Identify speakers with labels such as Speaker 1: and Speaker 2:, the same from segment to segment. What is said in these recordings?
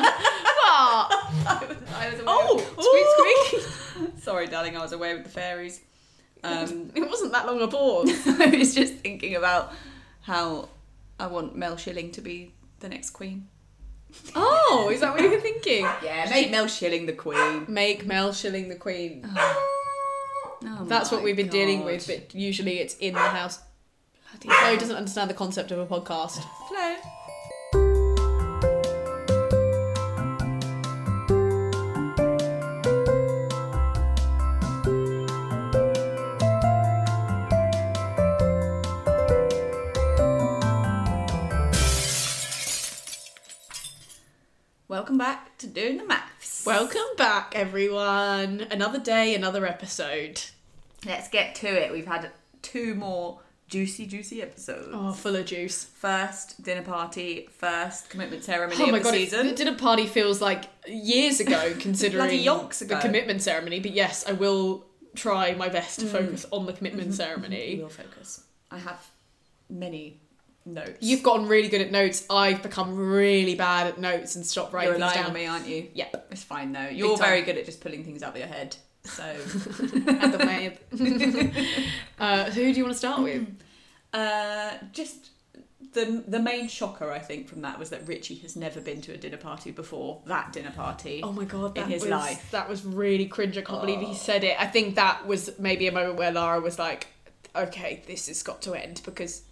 Speaker 1: what?
Speaker 2: I was, I was away
Speaker 1: Oh,
Speaker 2: with- squeak squeak. Sorry, darling, I was away with the fairies. Um,
Speaker 1: It wasn't that long a pause.
Speaker 2: I was just thinking about how I want Mel Schilling to be the next queen.
Speaker 1: Oh, is that what you were thinking?
Speaker 2: Yeah, make Mel Schilling the queen.
Speaker 1: Make Mel Shilling the Queen.
Speaker 2: Oh
Speaker 1: That's what
Speaker 2: my
Speaker 1: we've been dealing
Speaker 2: God.
Speaker 1: with, but usually it's in the house. Bloody Flo doesn't understand the concept of a podcast.
Speaker 2: Flo. Welcome back to doing the maths.
Speaker 1: Welcome back, everyone. Another day, another episode.
Speaker 2: Let's get to it. We've had two more juicy, juicy episodes.
Speaker 1: Oh, full of juice.
Speaker 2: First dinner party, first commitment ceremony
Speaker 1: Oh
Speaker 2: of
Speaker 1: my
Speaker 2: the
Speaker 1: god, it,
Speaker 2: season.
Speaker 1: the dinner party feels like years ago, considering
Speaker 2: Bloody yonks
Speaker 1: the
Speaker 2: ago.
Speaker 1: commitment ceremony. But yes, I will try my best to
Speaker 2: Mm.
Speaker 1: focus on the
Speaker 2: Mm-hmm.
Speaker 1: commitment ceremony.
Speaker 2: will focus. I have many notes.
Speaker 1: You've gotten really good at notes. I've become really bad at notes and stopped
Speaker 2: you're
Speaker 1: writing things
Speaker 2: relying
Speaker 1: down.
Speaker 2: on me, aren't you?
Speaker 1: Yep.
Speaker 2: It's fine though. You're
Speaker 1: time.
Speaker 2: very good at just pulling things out of your head. So
Speaker 1: At the web. uh, who do you want to start with?
Speaker 2: uh, just the the main shocker I think from that was that Richie has never been to a dinner party before that dinner party.
Speaker 1: Oh my god,
Speaker 2: in
Speaker 1: that
Speaker 2: his
Speaker 1: was,
Speaker 2: life. Oh.
Speaker 1: That was really cringe. I can't believe he said it. I think that was maybe a moment where Lara was like, "Okay, this has got to end because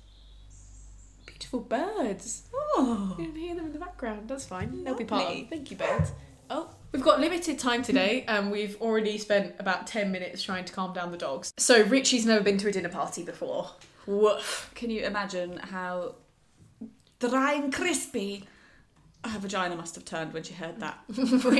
Speaker 1: beautiful birds.
Speaker 2: Oh.
Speaker 1: You can hear them in the background. That's fine. They'll be
Speaker 2: Lovely.
Speaker 1: part of. Thank you, birds. Oh, we've got limited time today, and we've already spent about ten minutes trying to calm down the dogs. So Richie's never been to a dinner party before. Woof.
Speaker 2: Can you imagine how dry and crispy her vagina must have turned when she heard that?
Speaker 1: There's a lot.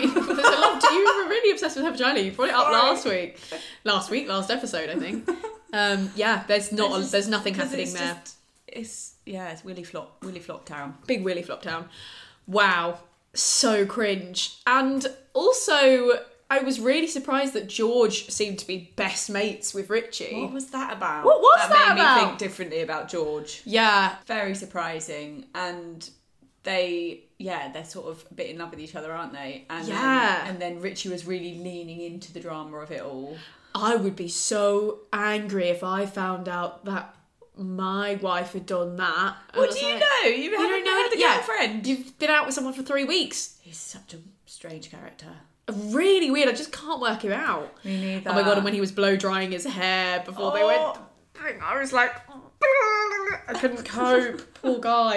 Speaker 1: You were really obsessed with her vagina. You brought it up
Speaker 2: Sorry.
Speaker 1: last week, last week, last episode, I think. Um, yeah, there's not.
Speaker 2: It's
Speaker 1: a-
Speaker 2: just-
Speaker 1: there's nothing
Speaker 2: because
Speaker 1: happening
Speaker 2: it's
Speaker 1: there.
Speaker 2: just- it's yeah, it's Willy Flop, Willy Flop Town.
Speaker 1: Big Willy flop down. Wow, so cringe. And also, I was really surprised that George seemed to be best mates with Richie.
Speaker 2: What was that about?
Speaker 1: What was that
Speaker 2: made me
Speaker 1: about?
Speaker 2: think differently about George.
Speaker 1: Yeah,
Speaker 2: Very surprising, and they, yeah, they're sort of a bit in love with each other, aren't they? And then-
Speaker 1: Yeah.
Speaker 2: and then Richie was really leaning into the drama of it all.
Speaker 1: I would be so angry if I found out that my wife had done that. And I
Speaker 2: What
Speaker 1: was
Speaker 2: do you
Speaker 1: like,
Speaker 2: know? You, haven't
Speaker 1: know
Speaker 2: had a
Speaker 1: any- yeah.
Speaker 2: girlfriend.
Speaker 1: You've been out with someone for three weeks.
Speaker 2: He's such a strange character.
Speaker 1: Really weird. I just can't work him out.
Speaker 2: Me neither.
Speaker 1: Oh my god! And when he was blow drying his hair before they
Speaker 2: Oh.
Speaker 1: went. I was like, I couldn't cope. Poor guy.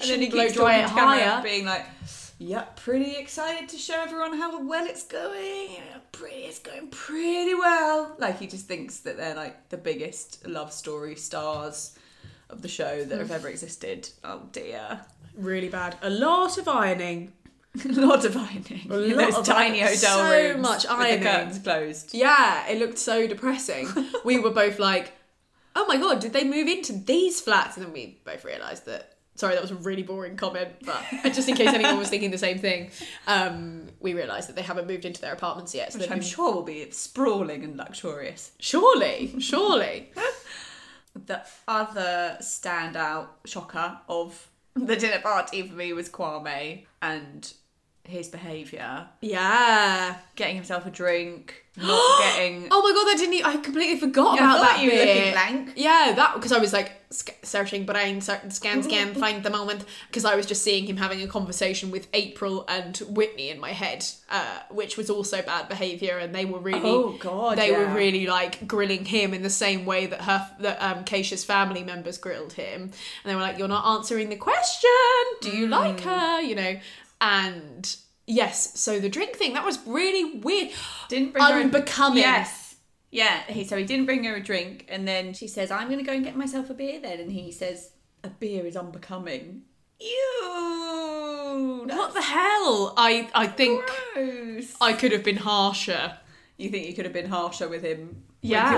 Speaker 2: and then he
Speaker 1: blow
Speaker 2: keeps
Speaker 1: dry
Speaker 2: dry
Speaker 1: it
Speaker 2: to camera,
Speaker 1: higher.
Speaker 2: being like, "Yep, pretty excited to show everyone how well it's going. Yeah, Pretty, it's going pretty well." Like he just thinks that they're like the biggest love story stars of the show that have ever existed. Oh dear,
Speaker 1: Really bad. A lot of ironing.
Speaker 2: a lot of ironing.
Speaker 1: A
Speaker 2: in
Speaker 1: lot
Speaker 2: those
Speaker 1: of
Speaker 2: tiny
Speaker 1: ironing.
Speaker 2: hotel
Speaker 1: So
Speaker 2: rooms.
Speaker 1: much
Speaker 2: With
Speaker 1: ironing.
Speaker 2: the curtains closed.
Speaker 1: Yeah, it looked so depressing. we were both like, oh my god, did they move into these flats? And then we both realised that. Sorry, that was a really boring comment, but just in case anyone was thinking the same thing, um, we realised that they haven't moved into their apartments yet. So
Speaker 2: Which
Speaker 1: they've
Speaker 2: I'm
Speaker 1: been-
Speaker 2: sure will be sprawling and luxurious.
Speaker 1: surely, surely.
Speaker 2: The other standout shocker of the dinner party for me was Kwame and his behaviour.
Speaker 1: yeah.
Speaker 2: Getting himself a drink, not getting.
Speaker 1: Oh my god, I didn't. e- I completely forgot
Speaker 2: Yeah, I
Speaker 1: about
Speaker 2: thought
Speaker 1: that.
Speaker 2: you were
Speaker 1: bit.
Speaker 2: looking blank.
Speaker 1: Yeah, that because I was like sc- searching brain, search, scan, scan, find the moment. Because I was just seeing him having a conversation with April and Whitney in my head, uh, which was also bad behavior, and they were really,
Speaker 2: Oh, God,
Speaker 1: they were
Speaker 2: yeah.
Speaker 1: really like grilling him in the same way that her that um, Keisha's family members grilled him, and they were like, "You're not answering the question. Do
Speaker 2: Hmm.
Speaker 1: you like her? You know?" And yes, so the drink thing that was really weird.
Speaker 2: Didn't bring her. a-
Speaker 1: Unbecoming.
Speaker 2: Yes. Yeah. He, so he didn't bring her a drink, and then she says, "I'm going to go and get myself a beer." Then, and he says, "A beer is unbecoming." Ew. That's
Speaker 1: What the hell? I I think
Speaker 2: gross.
Speaker 1: I could have been harsher.
Speaker 2: You think you could have been harsher with him?
Speaker 1: Yeah.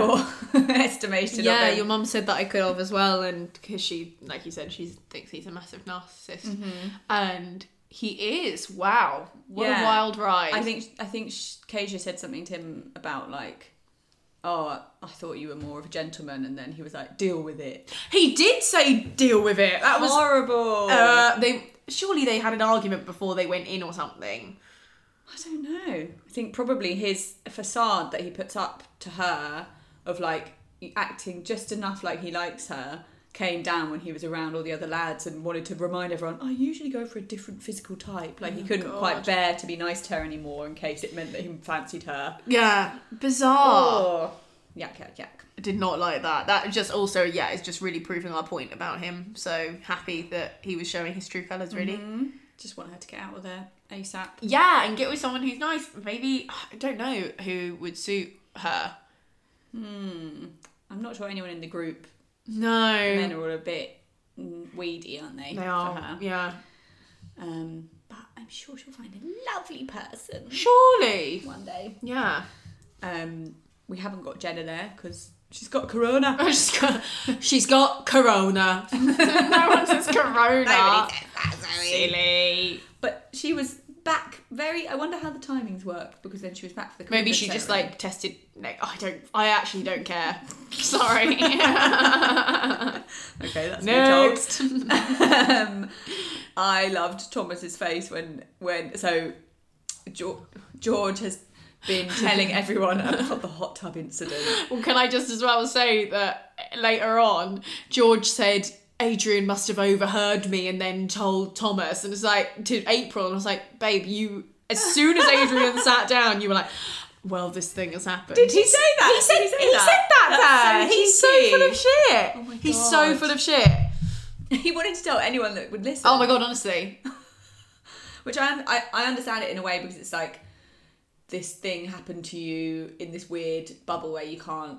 Speaker 2: With your estimation
Speaker 1: Yeah,
Speaker 2: of him.
Speaker 1: your mum said that I could have as well, and because she, like you said, she thinks he's a massive narcissist, and he is. Wow, what
Speaker 2: Yeah.
Speaker 1: a wild ride!
Speaker 2: I think I think sh- Keisha said something to him about like, oh, I thought you were more of a gentleman, and then he was like, deal with it.
Speaker 1: he did say deal with it. That was
Speaker 2: horrible.
Speaker 1: uh, they. surely they had an argument before they went in or something.
Speaker 2: I don't know. I think probably his facade that he puts up to her of like acting just enough like he likes her came down when he was around all the other lads and wanted to remind everyone, I usually go for a different physical type. Like he couldn't
Speaker 1: Oh, God.
Speaker 2: quite bear to be nice to her anymore in case it meant that he fancied her.
Speaker 1: Yeah,
Speaker 2: Oh.
Speaker 1: bizarre.
Speaker 2: Yak, yak, yak.
Speaker 1: I did not like that. That just also, yeah, it's just really proving our point about him. So happy that he was showing his true colours, really.
Speaker 2: Mm-hmm. Just want her to get out of there ASAP.
Speaker 1: Yeah, and get with someone who's nice. Maybe, I don't know who would suit her.
Speaker 2: Hmm. I'm not sure anyone in the group,
Speaker 1: No.
Speaker 2: men are all a bit mm, weedy, aren't they?
Speaker 1: they
Speaker 2: For
Speaker 1: are,
Speaker 2: her.
Speaker 1: yeah.
Speaker 2: Um, but I'm sure she'll find a lovely person
Speaker 1: Surely.
Speaker 2: one day.
Speaker 1: Yeah.
Speaker 2: Um, we haven't got Jenna there because she's got corona.
Speaker 1: she's got, she's got corona. no one says corona. Silly.
Speaker 2: But she was back very. I wonder how the timings work because then she was back for the.
Speaker 1: Maybe
Speaker 2: COVID
Speaker 1: she just
Speaker 2: ceremony.
Speaker 1: like tested. Like I don't. I actually don't care. Sorry.
Speaker 2: Okay, that's
Speaker 1: Next.
Speaker 2: um, I loved Thomas's face when when so George, George has been telling everyone about the hot tub incident.
Speaker 1: Well, can I just as well say that later on, George said Adrian must have overheard me and then told Thomas, and it's like to April, and I was like, babe, you. As soon as Adrian sat down, you were like, well, this thing has happened.
Speaker 2: Did he
Speaker 1: He's-
Speaker 2: say that?
Speaker 1: He said,
Speaker 2: Did he say
Speaker 1: he
Speaker 2: that?
Speaker 1: said that
Speaker 2: That's
Speaker 1: there.
Speaker 2: so
Speaker 1: He's so
Speaker 2: cheeky. Oh
Speaker 1: full of shit.
Speaker 2: my
Speaker 1: He's so
Speaker 2: God.
Speaker 1: full of shit.
Speaker 2: He wanted to tell anyone that would listen.
Speaker 1: Oh my god, honestly.
Speaker 2: which I, I I understand it in a way because it's like this thing happened to you in this weird bubble where you can't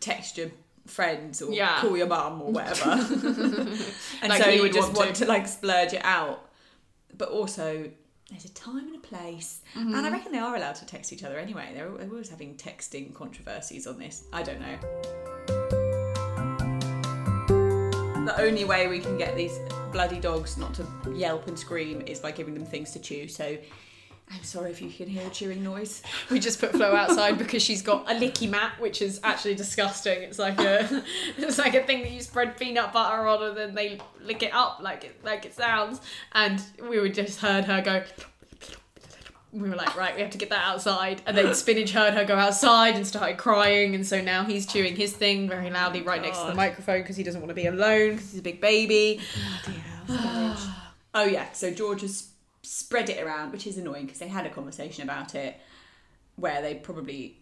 Speaker 2: text your friends or
Speaker 1: Yeah.
Speaker 2: call your mum or whatever, and
Speaker 1: Like
Speaker 2: so
Speaker 1: you
Speaker 2: you
Speaker 1: would
Speaker 2: just
Speaker 1: want
Speaker 2: want,
Speaker 1: to.
Speaker 2: to. like splurge it out, but also. There's a time and a place,
Speaker 1: Mm-hmm.
Speaker 2: and I reckon they are allowed to text each other anyway. They're, al- they're always having texting controversies on this. I don't know. The only way we can get these bloody dogs not to yelp and scream is by giving them things to chew. So I'm sorry if you can hear a chewing noise.
Speaker 1: We just put Flo outside because she's got a licky mat, which is actually disgusting. It's like a, it's like a thing that you spread peanut butter on and then they lick it up like it like it sounds. And we would just heard her go. We were like, right, we have to get that outside. And then Spinach heard her go outside and started crying. And so now he's chewing his thing very loudly right next to the
Speaker 2: God.
Speaker 1: microphone because he doesn't want to be alone because he's a big baby.
Speaker 2: oh yeah, so George has spread it around, which is annoying because they had a conversation about it where they probably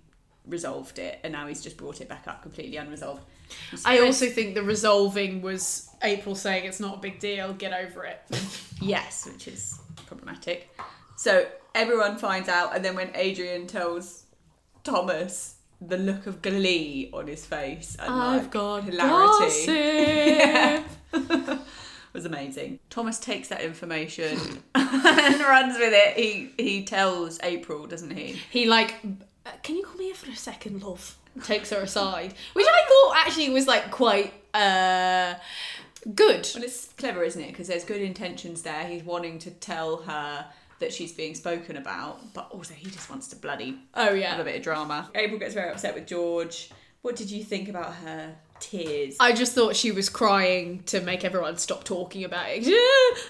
Speaker 2: resolved it, and now he's just brought it back up completely unresolved. He's
Speaker 1: I
Speaker 2: spread-
Speaker 1: also think the resolving was April saying it's not a big deal, get over it.
Speaker 2: yes, which is problematic. So everyone finds out, and then when Adrian tells Thomas the look of glee on his face, and like,
Speaker 1: got
Speaker 2: Yeah. was amazing. Thomas takes that information and runs with it. He he tells April, doesn't he?
Speaker 1: He like, "Uh, can you come here for a second, love? Takes her aside, which I thought actually was like quite uh good.
Speaker 2: Well, it's clever, isn't it? Because there's good intentions there. He's wanting to tell her that she's being spoken about, but also he just wants to bloody
Speaker 1: Oh
Speaker 2: have a
Speaker 1: yeah.
Speaker 2: bit of drama. April gets very upset with George. What did you think about her tears?
Speaker 1: I just thought she was crying to make everyone stop talking about it.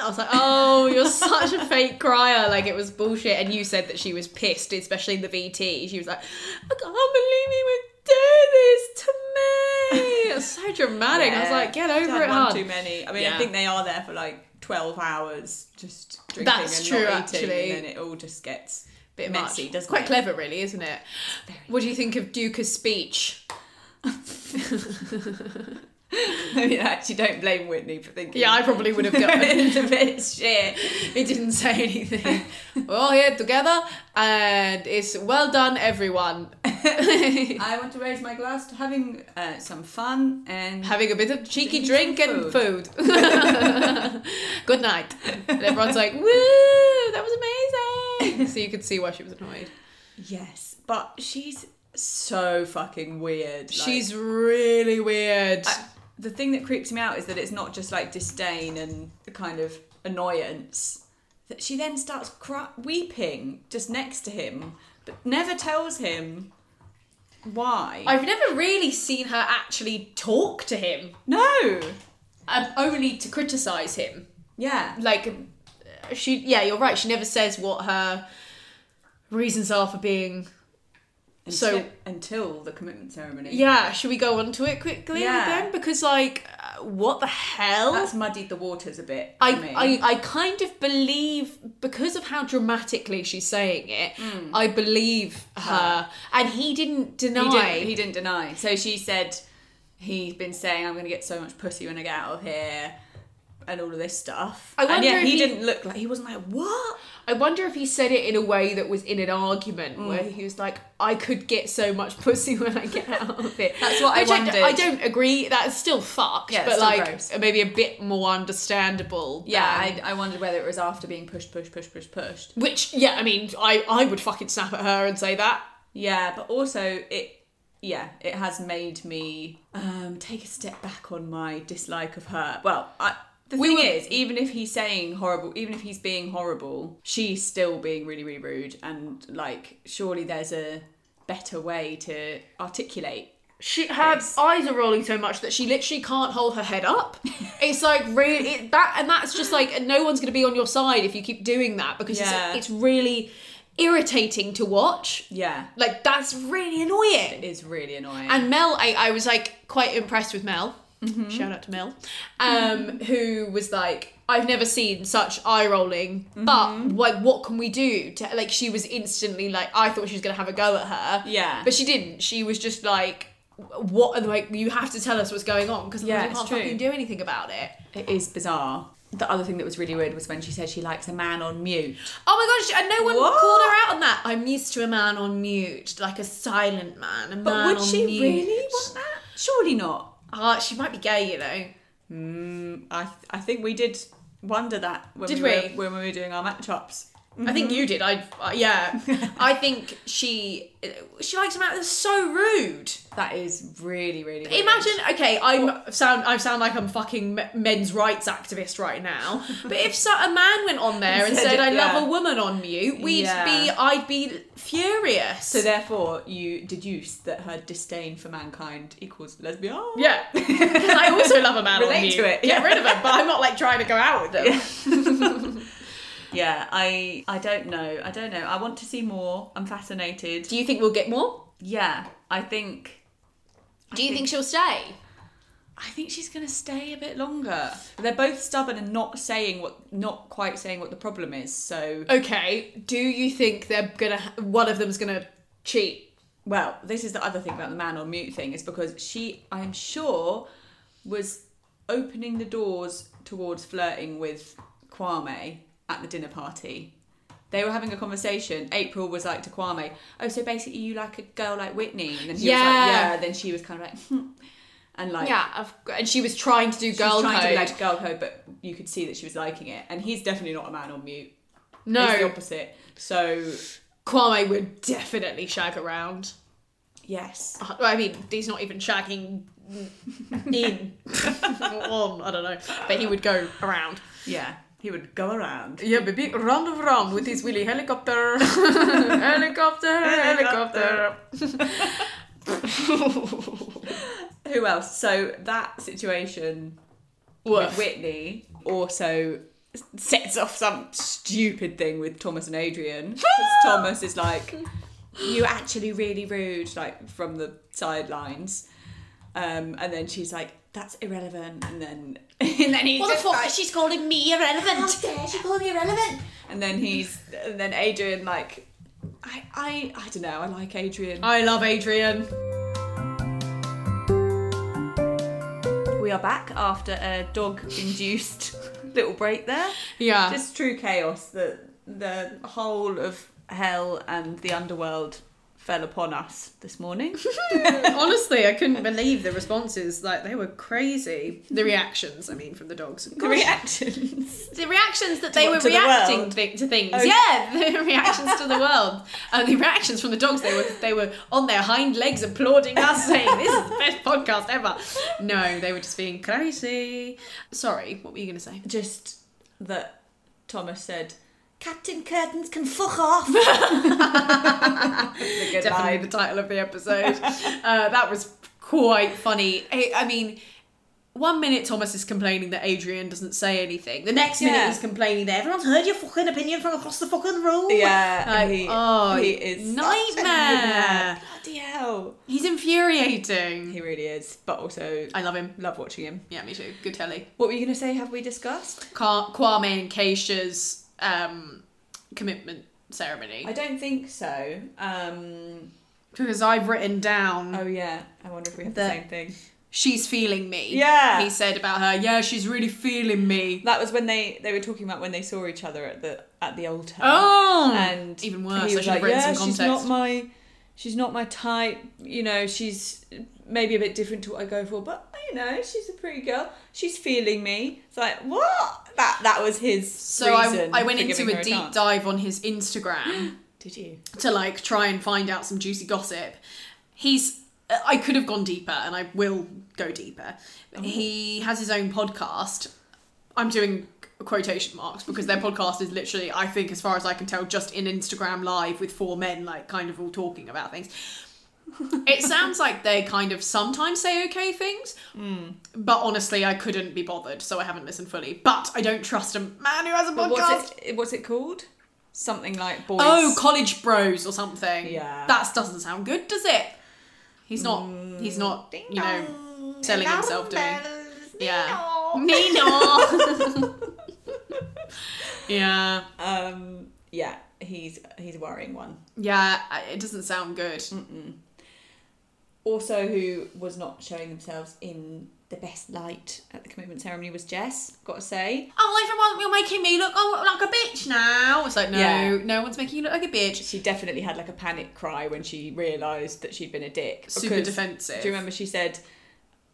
Speaker 1: Uh, I was like, oh, you're such a fake crier. Like, it was bullshit. And you said that she was pissed, especially in the VT. She was like, I can't believe he would do this to me. It's so dramatic. I was
Speaker 2: Yeah.
Speaker 1: like, get
Speaker 2: She's
Speaker 1: over
Speaker 2: had
Speaker 1: it,
Speaker 2: one
Speaker 1: hon.
Speaker 2: too many. I mean,
Speaker 1: Yeah.
Speaker 2: I think they are there for like twelve hours, just drinking
Speaker 1: That's
Speaker 2: and
Speaker 1: true,
Speaker 2: not eating,
Speaker 1: actually.
Speaker 2: and then it all just gets
Speaker 1: bit
Speaker 2: messy.
Speaker 1: much.
Speaker 2: Doesn't
Speaker 1: Quite
Speaker 2: it?
Speaker 1: clever, really, isn't it?
Speaker 2: very
Speaker 1: What do you think of Duca's speech?
Speaker 2: I mean, I actually don't blame Whitney for thinking.
Speaker 1: Yeah, I probably would have got.
Speaker 2: it's a bit shit.
Speaker 1: it didn't say anything. We're all here together, and it's well done, everyone.
Speaker 2: I want to raise my glass to having uh, some fun and
Speaker 1: Having a bit of cheeky
Speaker 2: Drinking
Speaker 1: drink and food. Good night. And everyone's like, woo, that was amazing. So you could see why she was annoyed.
Speaker 2: yes, but she's so fucking weird. like-
Speaker 1: She's really weird.
Speaker 2: I- the thing that creeps me out is that it's not just like disdain and a kind of annoyance. That she then starts cry- weeping just next to him, but never tells him why.
Speaker 1: I've never really seen her actually talk to him.
Speaker 2: no.
Speaker 1: um, only to criticize him.
Speaker 2: Yeah.
Speaker 1: Like she, yeah, you're right. She never says what her reasons are for being. So-
Speaker 2: Until, until the commitment ceremony.
Speaker 1: Yeah, should we go on to it quickly
Speaker 2: Yeah.
Speaker 1: then? Because like, uh, what the hell?
Speaker 2: That's muddied the waters a bit. for me.
Speaker 1: I, I, I kind of believe because of how dramatically she's saying it, I believe her. And he didn't deny.
Speaker 2: Hmm. He didn't, he didn't deny. So she said, he's been saying, I'm going to get so much pussy when I get out of here, and all of this stuff.
Speaker 1: I
Speaker 2: and
Speaker 1: wonder
Speaker 2: yet
Speaker 1: if
Speaker 2: he,
Speaker 1: he-
Speaker 2: didn't look like, he wasn't like, what?
Speaker 1: I wonder if he said it in a way that was in an argument
Speaker 2: Mm.
Speaker 1: where he was like, "I could get so much pussy when I get out of it."
Speaker 2: That's what I
Speaker 1: Which
Speaker 2: wondered.
Speaker 1: I, don't agree. That's still fucked,
Speaker 2: Yeah, it's
Speaker 1: but
Speaker 2: still
Speaker 1: like
Speaker 2: gross.
Speaker 1: maybe a bit more understandable.
Speaker 2: Yeah,
Speaker 1: than-
Speaker 2: I, I wondered whether it was after being pushed, pushed, pushed, pushed, pushed.
Speaker 1: which yeah, I mean, I I would fucking snap at her and say that.
Speaker 2: Yeah, but also it. Yeah, it has made me um, take a step back on my dislike of her. Well, I, the
Speaker 1: We
Speaker 2: thing
Speaker 1: were-
Speaker 2: is, even if he's saying horrible, even if he's being horrible, she's still being really, really rude. And like, surely there's a better way to articulate.
Speaker 1: She her eyes are rolling so much that she literally can't hold her head up. it's like really it, that, and that's just like and no one's gonna be on your side if you keep doing that because
Speaker 2: Yeah.
Speaker 1: it's, it's really irritating to watch.
Speaker 2: Yeah,
Speaker 1: Like that's really annoying.
Speaker 2: it is really annoying.
Speaker 1: And Mel, I, I was like quite impressed with Mel.
Speaker 2: Mm-hmm.
Speaker 1: Shout out to Mel, um, who was like, I've never seen such eye rolling,
Speaker 2: Mm-hmm.
Speaker 1: but like, what can we do? To, like, she was instantly like, I thought she was gonna have a go at her,
Speaker 2: yeah,
Speaker 1: but she didn't. She was just like, what? Like, you have to tell us what's going on because
Speaker 2: Yeah,
Speaker 1: yeah, we
Speaker 2: it's
Speaker 1: can't
Speaker 2: true.
Speaker 1: fucking do anything about it.
Speaker 2: it is bizarre. The other thing that was really weird was when she said she likes a man on mute.
Speaker 1: Oh my gosh, and no one
Speaker 2: What?
Speaker 1: called her out on that. I'm used to a man on mute, like a silent man. A
Speaker 2: But
Speaker 1: man
Speaker 2: would
Speaker 1: on
Speaker 2: she
Speaker 1: mute.
Speaker 2: really want that? Surely not.
Speaker 1: Ah, she might be gay, you know.
Speaker 2: Mm, I th- I think we did wonder that when
Speaker 1: Did
Speaker 2: we,
Speaker 1: we?
Speaker 2: Were, when we were doing our matchups.
Speaker 1: I think
Speaker 2: Mm-hmm.
Speaker 1: you did. I uh, yeah. I think she she likes him out. That's so rude.
Speaker 2: That is really really. weird.
Speaker 1: Imagine. Okay, I'm sound. I sound like I'm fucking me- men's rights activist right now. But if so, a man went on there and
Speaker 2: Said
Speaker 1: said,
Speaker 2: it,
Speaker 1: "I
Speaker 2: yeah.
Speaker 1: love a woman on mute," we'd
Speaker 2: Yeah.
Speaker 1: be. I'd be furious.
Speaker 2: So therefore, you deduce that her disdain for mankind equals lesbian.
Speaker 1: yeah, 'Cause I also love a man on
Speaker 2: Relate
Speaker 1: mute.
Speaker 2: to it,
Speaker 1: Get
Speaker 2: yeah.
Speaker 1: rid of him. But I'm not like trying to go out with them.
Speaker 2: Yeah. I I don't know. I don't know. I want to see more. I'm fascinated.
Speaker 1: Do you think we'll get more?
Speaker 2: Yeah. I think.
Speaker 1: Do you think she'll stay?
Speaker 2: I think she's gonna stay a bit longer. They're both stubborn and not saying what, not quite saying what the problem is. So,
Speaker 1: Okay. Do you think they're gonna? One of them's gonna cheat
Speaker 2: well, this is the other thing about the man on mute thing is because she, I'm sure, was opening the doors towards flirting with Kwame at the dinner party. They were having a conversation. April was like to Kwame, "Oh, so basically you like a girl like Whitney?" And then he was
Speaker 1: Yeah.
Speaker 2: like, "Yeah." Then she was kind of like, hmm. and like,
Speaker 1: Yeah, I've, and she was trying to do
Speaker 2: she was
Speaker 1: girl
Speaker 2: trying
Speaker 1: code.
Speaker 2: to be like girl code, but you could see that she was liking it. And he's definitely not a man on mute. It's the
Speaker 1: no,
Speaker 2: opposite. So
Speaker 1: Kwame would definitely shag around.
Speaker 2: yes,
Speaker 1: Uh, I mean, he's not even shagging in on. I don't know, but he would go around.
Speaker 2: yeah, he would go around.
Speaker 1: Yeah, baby, round round with his willy helicopter, helicopter,
Speaker 2: helicopter. Who else? So that situation with
Speaker 1: Woof.
Speaker 2: Whitney also sets off some stupid thing with Thomas and Adrian. 'Cause Thomas is like, "You actually really rude," like from the sidelines, um, and then she's like, "That's irrelevant," and then and then he
Speaker 1: What the
Speaker 2: just
Speaker 1: fuck?
Speaker 2: like,
Speaker 1: She's calling me irrelevant.
Speaker 3: she called me irrelevant.
Speaker 2: and then he's and then Adrian like. I, I I don't know. I like Adrian.
Speaker 1: I love Adrian.
Speaker 2: We are back after a dog-induced little break there.
Speaker 1: Yeah.
Speaker 2: just true chaos. The the whole of hell and the underworld fell upon us this morning.
Speaker 1: Honestly, I couldn't believe the responses. Like they were crazy. The reactions, I mean, from the dogs.
Speaker 2: the reactions.
Speaker 1: the reactions that they
Speaker 2: what,
Speaker 1: were
Speaker 2: to the
Speaker 1: reacting
Speaker 2: world?
Speaker 1: thi- to things.
Speaker 2: Oh.
Speaker 1: Yeah, the reactions to the world. Uh, the reactions from the dogs. They were they were on their hind legs applauding us, saying this is the best podcast ever. No, they were just being crazy. Sorry, what were you going to say?
Speaker 2: Just that Thomas said
Speaker 3: Captain Curtains can fuck off.
Speaker 2: the good
Speaker 1: Definitely
Speaker 2: line.
Speaker 1: the title of the episode. uh, that was quite funny. I, I mean. one minute Thomas is complaining that Adrian doesn't say anything. The next minute
Speaker 2: Yeah.
Speaker 1: he's complaining that everyone's
Speaker 3: Everyone's heard your fucking opinion from across the fucking room.
Speaker 2: Yeah,
Speaker 1: like,
Speaker 2: and he,
Speaker 1: oh,
Speaker 2: he is such a
Speaker 1: nightmare.
Speaker 2: Bloody hell!
Speaker 1: He's infuriating.
Speaker 2: He really is, but also I
Speaker 1: I love him.
Speaker 2: love watching him.
Speaker 1: Yeah, me too. Good telly.
Speaker 2: What were you going to say? Have we discussed?
Speaker 1: Ka- Kwame and Keisha's um, commitment ceremony.
Speaker 2: I don't think so. Um,
Speaker 1: because I've written down
Speaker 2: oh yeah, I wonder if we have the,
Speaker 1: The-
Speaker 2: same thing.
Speaker 1: she's feeling me.
Speaker 2: Yeah.
Speaker 1: He said about her, yeah, she's really feeling me.
Speaker 2: That was when they they were talking about when they saw each other at the at the altar.
Speaker 1: Oh.
Speaker 2: and
Speaker 1: even worse,
Speaker 2: he
Speaker 1: I
Speaker 2: was
Speaker 1: should have
Speaker 2: like,
Speaker 1: written
Speaker 2: yeah,
Speaker 1: some
Speaker 2: she's
Speaker 1: context.
Speaker 2: not my, she's not my type. You know, she's maybe a bit different to what I go for, but you know, she's a pretty girl. She's feeling me. It's like what that that was his.
Speaker 1: so I,
Speaker 2: reason
Speaker 1: I went
Speaker 2: for
Speaker 1: into
Speaker 2: giving her
Speaker 1: a deep
Speaker 2: chance.
Speaker 1: dive on his Instagram
Speaker 2: Did you?
Speaker 1: to like try and find out some juicy gossip. He's I could have gone deeper and I will go deeper. He has his own podcast. I'm doing quotation marks because their podcast is literally I think as far as I can tell just in Instagram live with four men like kind of all talking about things. it sounds like they kind of sometimes say okay things,
Speaker 2: Hmm.
Speaker 1: but honestly, I couldn't be bothered, so I haven't listened fully. But I don't trust a man who has a
Speaker 2: But
Speaker 1: podcast.
Speaker 2: what's it? What's it called? Something like boys.
Speaker 1: Oh, college bros or something.
Speaker 2: Yeah. Mm.
Speaker 1: That doesn't sound good, does it? He's not. He's not. You know, selling himself doing. Yeah. Nino. yeah.
Speaker 2: um, yeah, he's he's a worrying one.
Speaker 1: Yeah. I- It doesn't sound good.
Speaker 2: Mm. Also, who was not showing themselves in the best light at the commitment ceremony was Jess. Got to say,
Speaker 1: Oh, everyone, you're making me look oh, like a bitch now. It's like no,
Speaker 2: Yeah.
Speaker 1: no one's making you look like a bitch.
Speaker 2: she definitely had like a panic cry when she realised that she'd been a dick.
Speaker 1: Super
Speaker 2: because-
Speaker 1: defensive.
Speaker 2: Do you remember she said,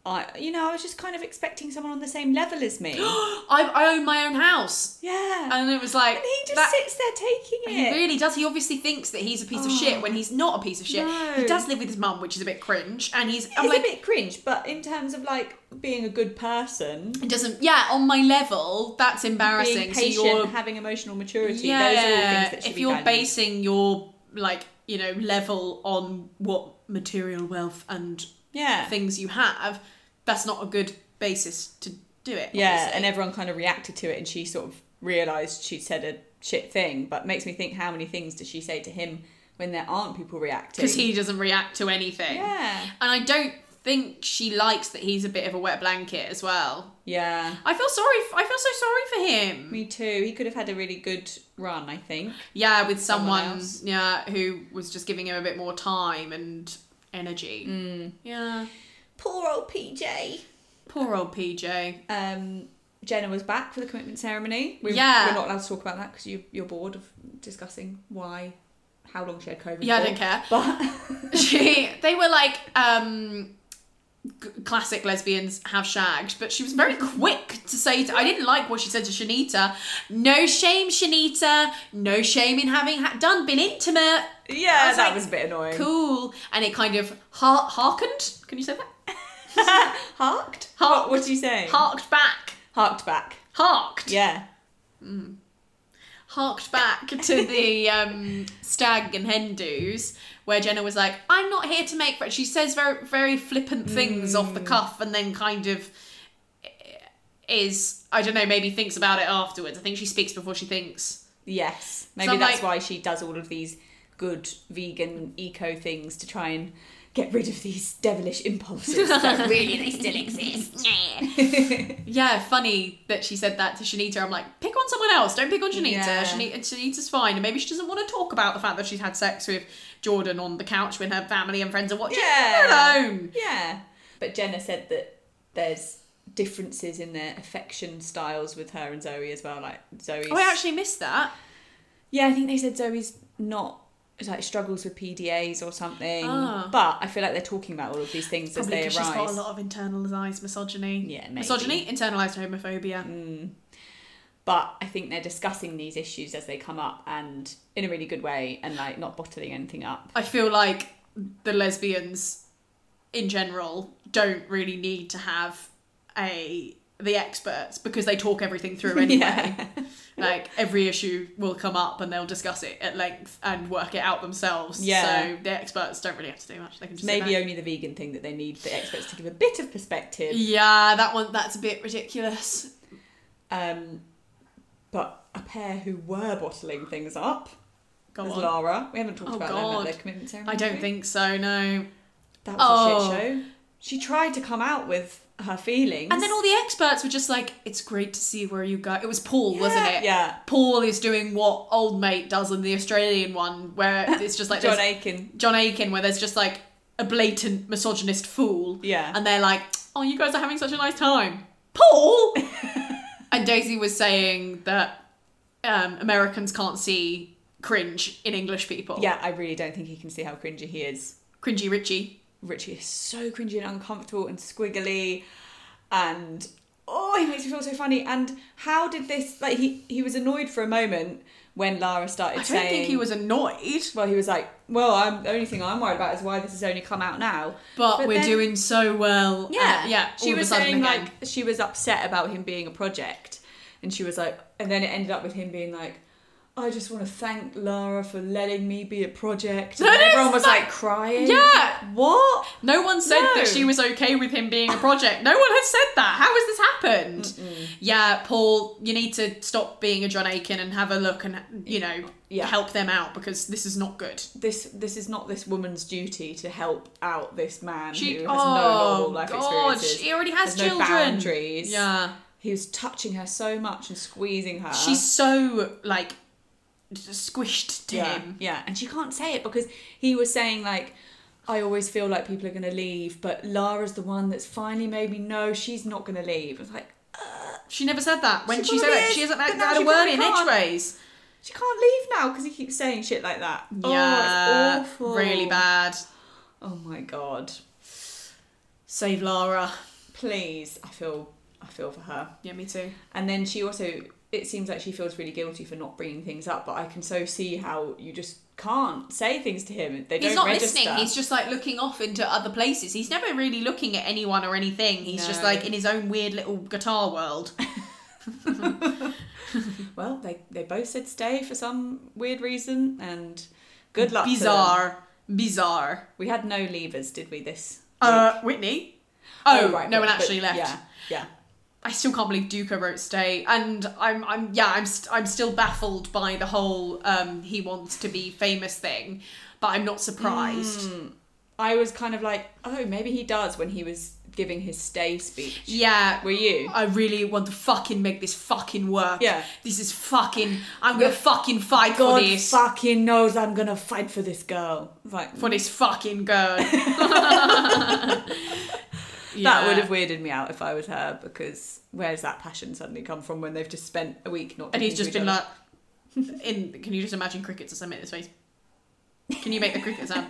Speaker 2: "I, you know, I was just kind of expecting someone on the same level as me."
Speaker 1: I, I own my own house,
Speaker 2: yeah,
Speaker 1: and it was like
Speaker 2: and he just
Speaker 1: that-
Speaker 2: sits there taking it.
Speaker 1: He really does. He obviously thinks that he's a piece of shit when he's not a piece of shit.
Speaker 2: No.
Speaker 1: He does live with his mum, which is a bit cringe, and he's. I'm
Speaker 2: it's
Speaker 1: like,
Speaker 2: a bit cringe, but in terms of like being a good person,
Speaker 1: it doesn't. Yeah, on my level, that's embarrassing.
Speaker 2: being patient,
Speaker 1: so you're,
Speaker 2: having emotional maturity,
Speaker 1: yeah,
Speaker 2: those are all things that should
Speaker 1: if
Speaker 2: be
Speaker 1: you're
Speaker 2: valued.
Speaker 1: basing your like you know level on what material wealth and
Speaker 2: yeah,
Speaker 1: things you have, that's not a good basis to do it.
Speaker 2: yeah,
Speaker 1: obviously.
Speaker 2: and everyone kind of reacted to it, and she sort of realised she'd said a shit thing. But makes me think, how many things does she say to him when there aren't people reacting?
Speaker 1: because he doesn't react to anything.
Speaker 2: yeah,
Speaker 1: and I don't think she likes that he's a bit of a wet blanket as well.
Speaker 2: yeah.
Speaker 1: I feel sorry. f- I feel so sorry for him.
Speaker 2: Me too. He could have had a really good run, I think.
Speaker 1: Yeah, with
Speaker 2: Someone
Speaker 1: someone,
Speaker 2: else.
Speaker 1: yeah, who was just giving him a bit more time and energy.
Speaker 2: Mm.
Speaker 1: Yeah.
Speaker 3: Poor old PJ.
Speaker 1: Poor old PJ.
Speaker 2: Um, Jenna was back for the commitment ceremony. We,
Speaker 1: Yeah.
Speaker 2: we're not allowed to talk about that because you, you're bored of discussing why, how long she had COVID.
Speaker 1: Yeah,
Speaker 2: for.
Speaker 1: I don't care.
Speaker 2: But
Speaker 1: She, they were like um g- classic lesbians have shagged, but she was very quick to say to, I didn't like what she said to Shanita. No shame, Shanita. No shame in having ha- done been intimate. I
Speaker 2: yeah,
Speaker 1: was
Speaker 2: that
Speaker 1: like,
Speaker 2: was a bit annoying.
Speaker 1: Cool, and it kind of har- hearkened. Can you say that?
Speaker 2: Harked? Harked. What did you say?
Speaker 1: Harked back.
Speaker 2: Harked back.
Speaker 1: Harked.
Speaker 2: Yeah.
Speaker 1: harked back to the um, stag and hen do's where Jenna was like, "I'm not here to make." friends." She says very very flippant things off
Speaker 2: Mm.
Speaker 1: the cuff, and then kind of eh, is I don't know. Maybe thinks about it afterwards. I think she speaks before she thinks.
Speaker 2: Yes. Maybe
Speaker 1: I'm
Speaker 2: that's
Speaker 1: like-
Speaker 2: why she does all of these good vegan eco things to try and get rid of these devilish impulses. that really they still exist.
Speaker 1: Yeah, funny that she said that to Shanita. I'm like, pick on someone else. Don't pick on Shanita.
Speaker 2: Yeah.
Speaker 1: Shani- Shanita's fine, and maybe she doesn't want to talk about the fact that she's had sex with Jordan on the couch when her family and friends are watching. Leave
Speaker 2: Yeah.
Speaker 1: her alone.
Speaker 2: Yeah. But Jenna said that there's differences in their affection styles with her and Zoe as well. Like Zoe's
Speaker 1: Oh, I actually missed that.
Speaker 2: Yeah, I think they said Zoe's not like struggles with PDAs or something.
Speaker 1: Ah.
Speaker 2: But I feel like they're talking about all of these things as
Speaker 1: Probably
Speaker 2: they
Speaker 1: because
Speaker 2: arise.
Speaker 1: she's got a lot of internalized misogyny.
Speaker 2: Yeah, maybe.
Speaker 1: Misogyny, internalized homophobia.
Speaker 2: but I think they're discussing these issues as they come up and in a really good way and like not bottling anything up.
Speaker 1: I feel like the lesbians in general don't really need to have a the experts because they talk everything through anyway. Like every issue will come up and they'll discuss it at length and work it out themselves.
Speaker 2: Yeah.
Speaker 1: So the experts don't really have to do much. They can just sit
Speaker 2: Maybe
Speaker 1: back.
Speaker 2: only the vegan thing that they need the experts to give a bit of perspective.
Speaker 1: Yeah, that one that's a bit ridiculous.
Speaker 2: Um, but a pair who were bottling things up
Speaker 1: Go
Speaker 2: was
Speaker 1: on.
Speaker 2: Lara. We haven't talked
Speaker 1: Oh,
Speaker 2: about them at
Speaker 1: God.
Speaker 2: their commitment ceremony.
Speaker 1: I don't
Speaker 2: have we?
Speaker 1: think so, no.
Speaker 2: that was
Speaker 1: Oh.
Speaker 2: a shit show. She tried to come out with her feelings,
Speaker 1: And then all the experts were just like, it's great to see where you go. It was Paul, wasn't
Speaker 2: Yeah.
Speaker 1: it?
Speaker 2: Yeah,
Speaker 1: Paul is doing what old mate does in the Australian one, where it's just like
Speaker 2: John
Speaker 1: John,
Speaker 2: Aiken.
Speaker 1: John Aiken, where there's just like a blatant misogynist fool,
Speaker 2: Yeah,
Speaker 1: and they're like, "Oh, you guys are having such a nice time, Paul." and Daisy was saying that um, Americans can't see cringe in English people.
Speaker 2: yeah. I really don't think he can see how cringy he is.
Speaker 1: cringy Richie.
Speaker 2: Richie is so cringy and uncomfortable and squiggly, and oh, he makes me feel so funny. And how did this? Like he he was annoyed for a moment when Lara started
Speaker 1: I don't
Speaker 2: saying.
Speaker 1: think he was annoyed,
Speaker 2: Well, he was like, "Well, I'm, the only thing I'm worried about is why this has only come out now."
Speaker 1: but,
Speaker 2: But
Speaker 1: we're
Speaker 2: then-
Speaker 1: doing so well.
Speaker 2: Yeah,
Speaker 1: And, yeah. all
Speaker 2: She
Speaker 1: of a
Speaker 2: was
Speaker 1: sudden
Speaker 2: saying
Speaker 1: again.
Speaker 2: like she was upset about him being a project, and she was like, and then it ended up with him being like, "I just want to thank Lara for letting me be a project." And
Speaker 1: That is
Speaker 2: everyone was
Speaker 1: like-
Speaker 2: like crying.
Speaker 1: yeah.
Speaker 2: What?
Speaker 1: No one said
Speaker 2: No.
Speaker 1: that she was okay with him being a project. No one has said that. How has this happened? Yeah, Paul, you need to stop being a John Aiken and have a look and you know
Speaker 2: Yeah.
Speaker 1: help them out because this is not good.
Speaker 2: This this is not this woman's duty to help out this man
Speaker 1: She
Speaker 2: who has no
Speaker 1: oh
Speaker 2: normal life
Speaker 1: god,
Speaker 2: experiences.
Speaker 1: she already has
Speaker 2: There's no
Speaker 1: children.
Speaker 2: boundaries. Uh-huh.
Speaker 1: Yeah,
Speaker 2: He was touching her so much and squeezing her.
Speaker 1: she's so like squished to
Speaker 2: yeah.
Speaker 1: him.
Speaker 2: Yeah, and she can't say it because he was saying like, I always feel like people are going to leave, but Lara's the one that's finally made me know she's not going to leave. It's like
Speaker 1: She never said that when
Speaker 2: She
Speaker 1: she, said
Speaker 2: probably
Speaker 1: it.
Speaker 2: is,
Speaker 1: She hasn't
Speaker 2: but
Speaker 1: had
Speaker 2: now
Speaker 1: had a
Speaker 2: she
Speaker 1: word
Speaker 2: probably
Speaker 1: in
Speaker 2: can't.
Speaker 1: edgeways.
Speaker 2: she can't leave now because he keeps saying shit like that.
Speaker 1: yeah,
Speaker 2: oh, it's awful.
Speaker 1: really bad.
Speaker 2: Oh my god,
Speaker 1: Save Lara.
Speaker 2: please, I feel, I feel for her.
Speaker 1: Yeah, me too.
Speaker 2: And then she also, it seems like she feels really guilty for not bringing things up, but I can so see how you just can't say things to him. They
Speaker 1: He's
Speaker 2: don't
Speaker 1: not
Speaker 2: register.
Speaker 1: listening. He's just like looking off into other places. He's never really looking at anyone or anything. He's just
Speaker 2: No.
Speaker 1: like in his own weird little guitar world.
Speaker 2: Well, they, they both said stay for some weird reason, and good luck. to them.
Speaker 1: bizarre, bizarre.
Speaker 2: We had no levers, did we? This.
Speaker 1: Uh, Whitney. Oh,
Speaker 2: right,
Speaker 1: no
Speaker 2: but-
Speaker 1: one actually
Speaker 2: but-
Speaker 1: left.
Speaker 2: Yeah, yeah.
Speaker 1: I still can't believe Duca wrote "Stay," and I'm, I'm, yeah, I'm, st- I'm still baffled by the whole um, he wants to be famous thing, but I'm not surprised.
Speaker 2: Hmm. I was kind of like, oh, maybe he does when he was giving his stay speech.
Speaker 1: Yeah,
Speaker 2: Were you?
Speaker 1: I really want to fucking make this fucking work.
Speaker 2: Yeah.
Speaker 1: this is fucking. I'm gonna fucking fight Uh, for this.
Speaker 2: fucking knows I'm gonna fight for this girl. It's Like
Speaker 1: for this fucking girl.
Speaker 2: that would have weirded me out if I was her because where's that passion suddenly come from when they've just spent a week not?
Speaker 1: And he's
Speaker 2: talking
Speaker 1: just
Speaker 2: to each
Speaker 1: been
Speaker 2: other?
Speaker 1: like, in, can you just imagine crickets as I make this face? Can you make the cricket sound?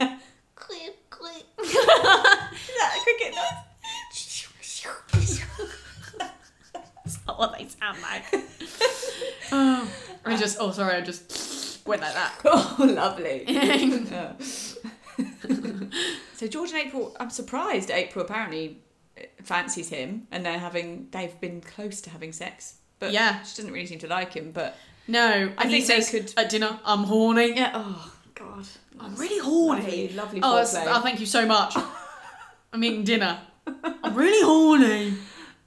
Speaker 3: Click, click.
Speaker 2: Is that a cricket noise?
Speaker 1: That's not what they sound like. oh, I just, oh, sorry, I just went like that.
Speaker 2: Oh, lovely. Yeah. so George and April, I'm surprised April apparently uh, fancies him, and they're having they've been close to having sex, but
Speaker 1: Yeah.
Speaker 2: she doesn't really seem to like him. But
Speaker 1: No, and
Speaker 2: I
Speaker 1: he
Speaker 2: think they
Speaker 1: says
Speaker 2: could-
Speaker 1: at dinner, I'm horny.
Speaker 2: yeah, oh god,
Speaker 1: I'm really horny.
Speaker 2: Lovely, lovely
Speaker 1: oh, that's-
Speaker 2: foreplay.
Speaker 1: oh, thank you so much. I'm eating dinner. I'm really horny.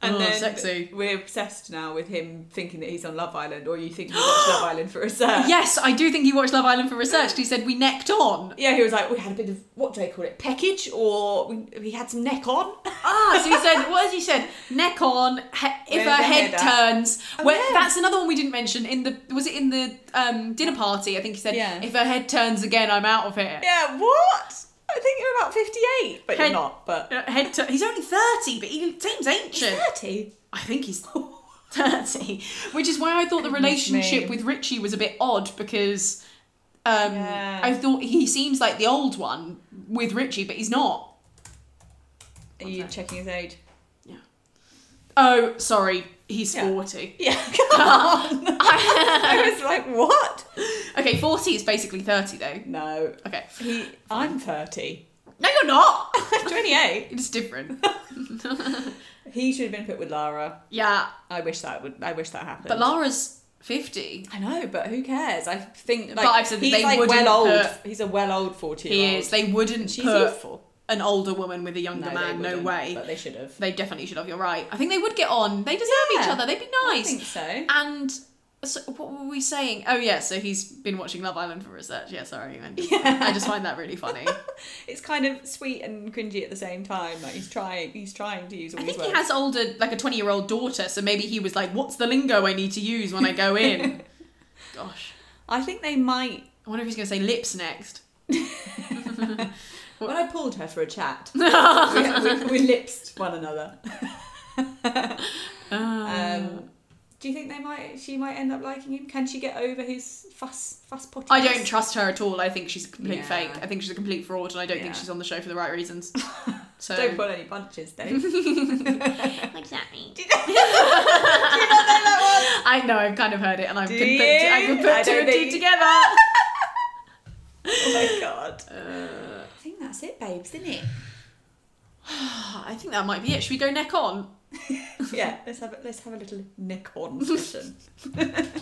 Speaker 2: and
Speaker 1: oh,
Speaker 2: then
Speaker 1: sexy.
Speaker 2: We're obsessed now with him thinking that he's on Love Island, or you think he watched Love Island for research.
Speaker 1: Yes, I do think he watched Love Island for research. 'cause He said we necked on.
Speaker 2: Yeah, he was like, we had a bit of what do they call it, peckage, or we, we had some neck on.
Speaker 1: Ah, so he said, what has he said? Neck on, he- if
Speaker 2: Where's
Speaker 1: her
Speaker 2: the
Speaker 1: head
Speaker 2: head at?
Speaker 1: turns. Where,
Speaker 2: yeah.
Speaker 1: That's another one we didn't mention. In the was it in the um, dinner party? I think he said,
Speaker 2: Yeah.
Speaker 1: if her head turns again, I'm out of here.
Speaker 2: Yeah, what? I think you're about fifty-eight, but
Speaker 1: Head-
Speaker 2: you're not. But
Speaker 1: Uh, Head turn. He's only thirty, but he seems ancient.
Speaker 2: thirty.
Speaker 1: I think he's thirty, which is why I thought the relationship
Speaker 2: me.
Speaker 1: with Richie was a bit odd because um,
Speaker 2: Yeah.
Speaker 1: I thought he seems like the old one with Richie, but he's not.
Speaker 2: Are you checking his age?
Speaker 1: Oh, sorry, he's
Speaker 2: Yeah.
Speaker 1: forty.
Speaker 2: Yeah, come on. I was like, what?
Speaker 1: Okay, forty is basically thirty though.
Speaker 2: No,
Speaker 1: Okay.
Speaker 2: he. I'm 30.
Speaker 1: No, you're not.
Speaker 2: I'm 28.
Speaker 1: It's different.
Speaker 2: He should have been put with Lara.
Speaker 1: Yeah,
Speaker 2: I wish that would. I wish that happened.
Speaker 1: but Lara's fifty.
Speaker 2: I know, but who cares? I think. Like,
Speaker 1: But I've said that
Speaker 2: he's
Speaker 1: they
Speaker 2: like
Speaker 1: wouldn't
Speaker 2: well old.
Speaker 1: put-
Speaker 2: He's a well old fourteen.
Speaker 1: He is. They wouldn't
Speaker 2: She's
Speaker 1: put
Speaker 2: awful.
Speaker 1: an older woman with a younger
Speaker 2: they
Speaker 1: man. No
Speaker 2: wouldn't,
Speaker 1: way.
Speaker 2: But they should have.
Speaker 1: they definitely should have. You're right. I think they would get on. They deserve each
Speaker 2: Yeah,
Speaker 1: other. They'd be
Speaker 2: I
Speaker 1: nice.
Speaker 2: think so.
Speaker 1: And so what were we saying? Oh yeah, so he's been watching Love Island for research. Yeah, sorry, I just,
Speaker 2: Yeah.
Speaker 1: I just find that really funny.
Speaker 2: It's kind of sweet and cringy at the same time. Like he's trying. He's trying to use all
Speaker 1: I
Speaker 2: these
Speaker 1: think
Speaker 2: words.
Speaker 1: he has older, like a twenty-year-old daughter, so maybe he was like, "What's the lingo I need to use when I go in?" Gosh,
Speaker 2: I think they might.
Speaker 1: I wonder if he's gonna say lips next.
Speaker 2: When I pulled her for a chat, we, we, we lipsed one another.
Speaker 1: Oh.
Speaker 2: Um, do you think they might? She might end up liking him. Can she get over his fuss fuss potty?
Speaker 1: I don't trust her at all. I think she's a complete
Speaker 2: Yeah.
Speaker 1: fake. I think she's a complete fraud, and I don't think
Speaker 2: Yeah.
Speaker 1: she's on the show for the right reasons. So
Speaker 2: Don't pull any punches, Dave.
Speaker 3: What's that mean?
Speaker 1: I know I've kind of heard it, and I can
Speaker 2: Do
Speaker 1: put two,
Speaker 2: you?
Speaker 1: I can put
Speaker 2: I
Speaker 1: two
Speaker 2: don't
Speaker 1: and two
Speaker 2: think-
Speaker 1: together.
Speaker 2: oh my god. Uh, I think that's it, babes, isn't it?
Speaker 1: Ah, I think that might be it. Should we go neck on?
Speaker 2: yeah, let's have a, let's have a little neck on session.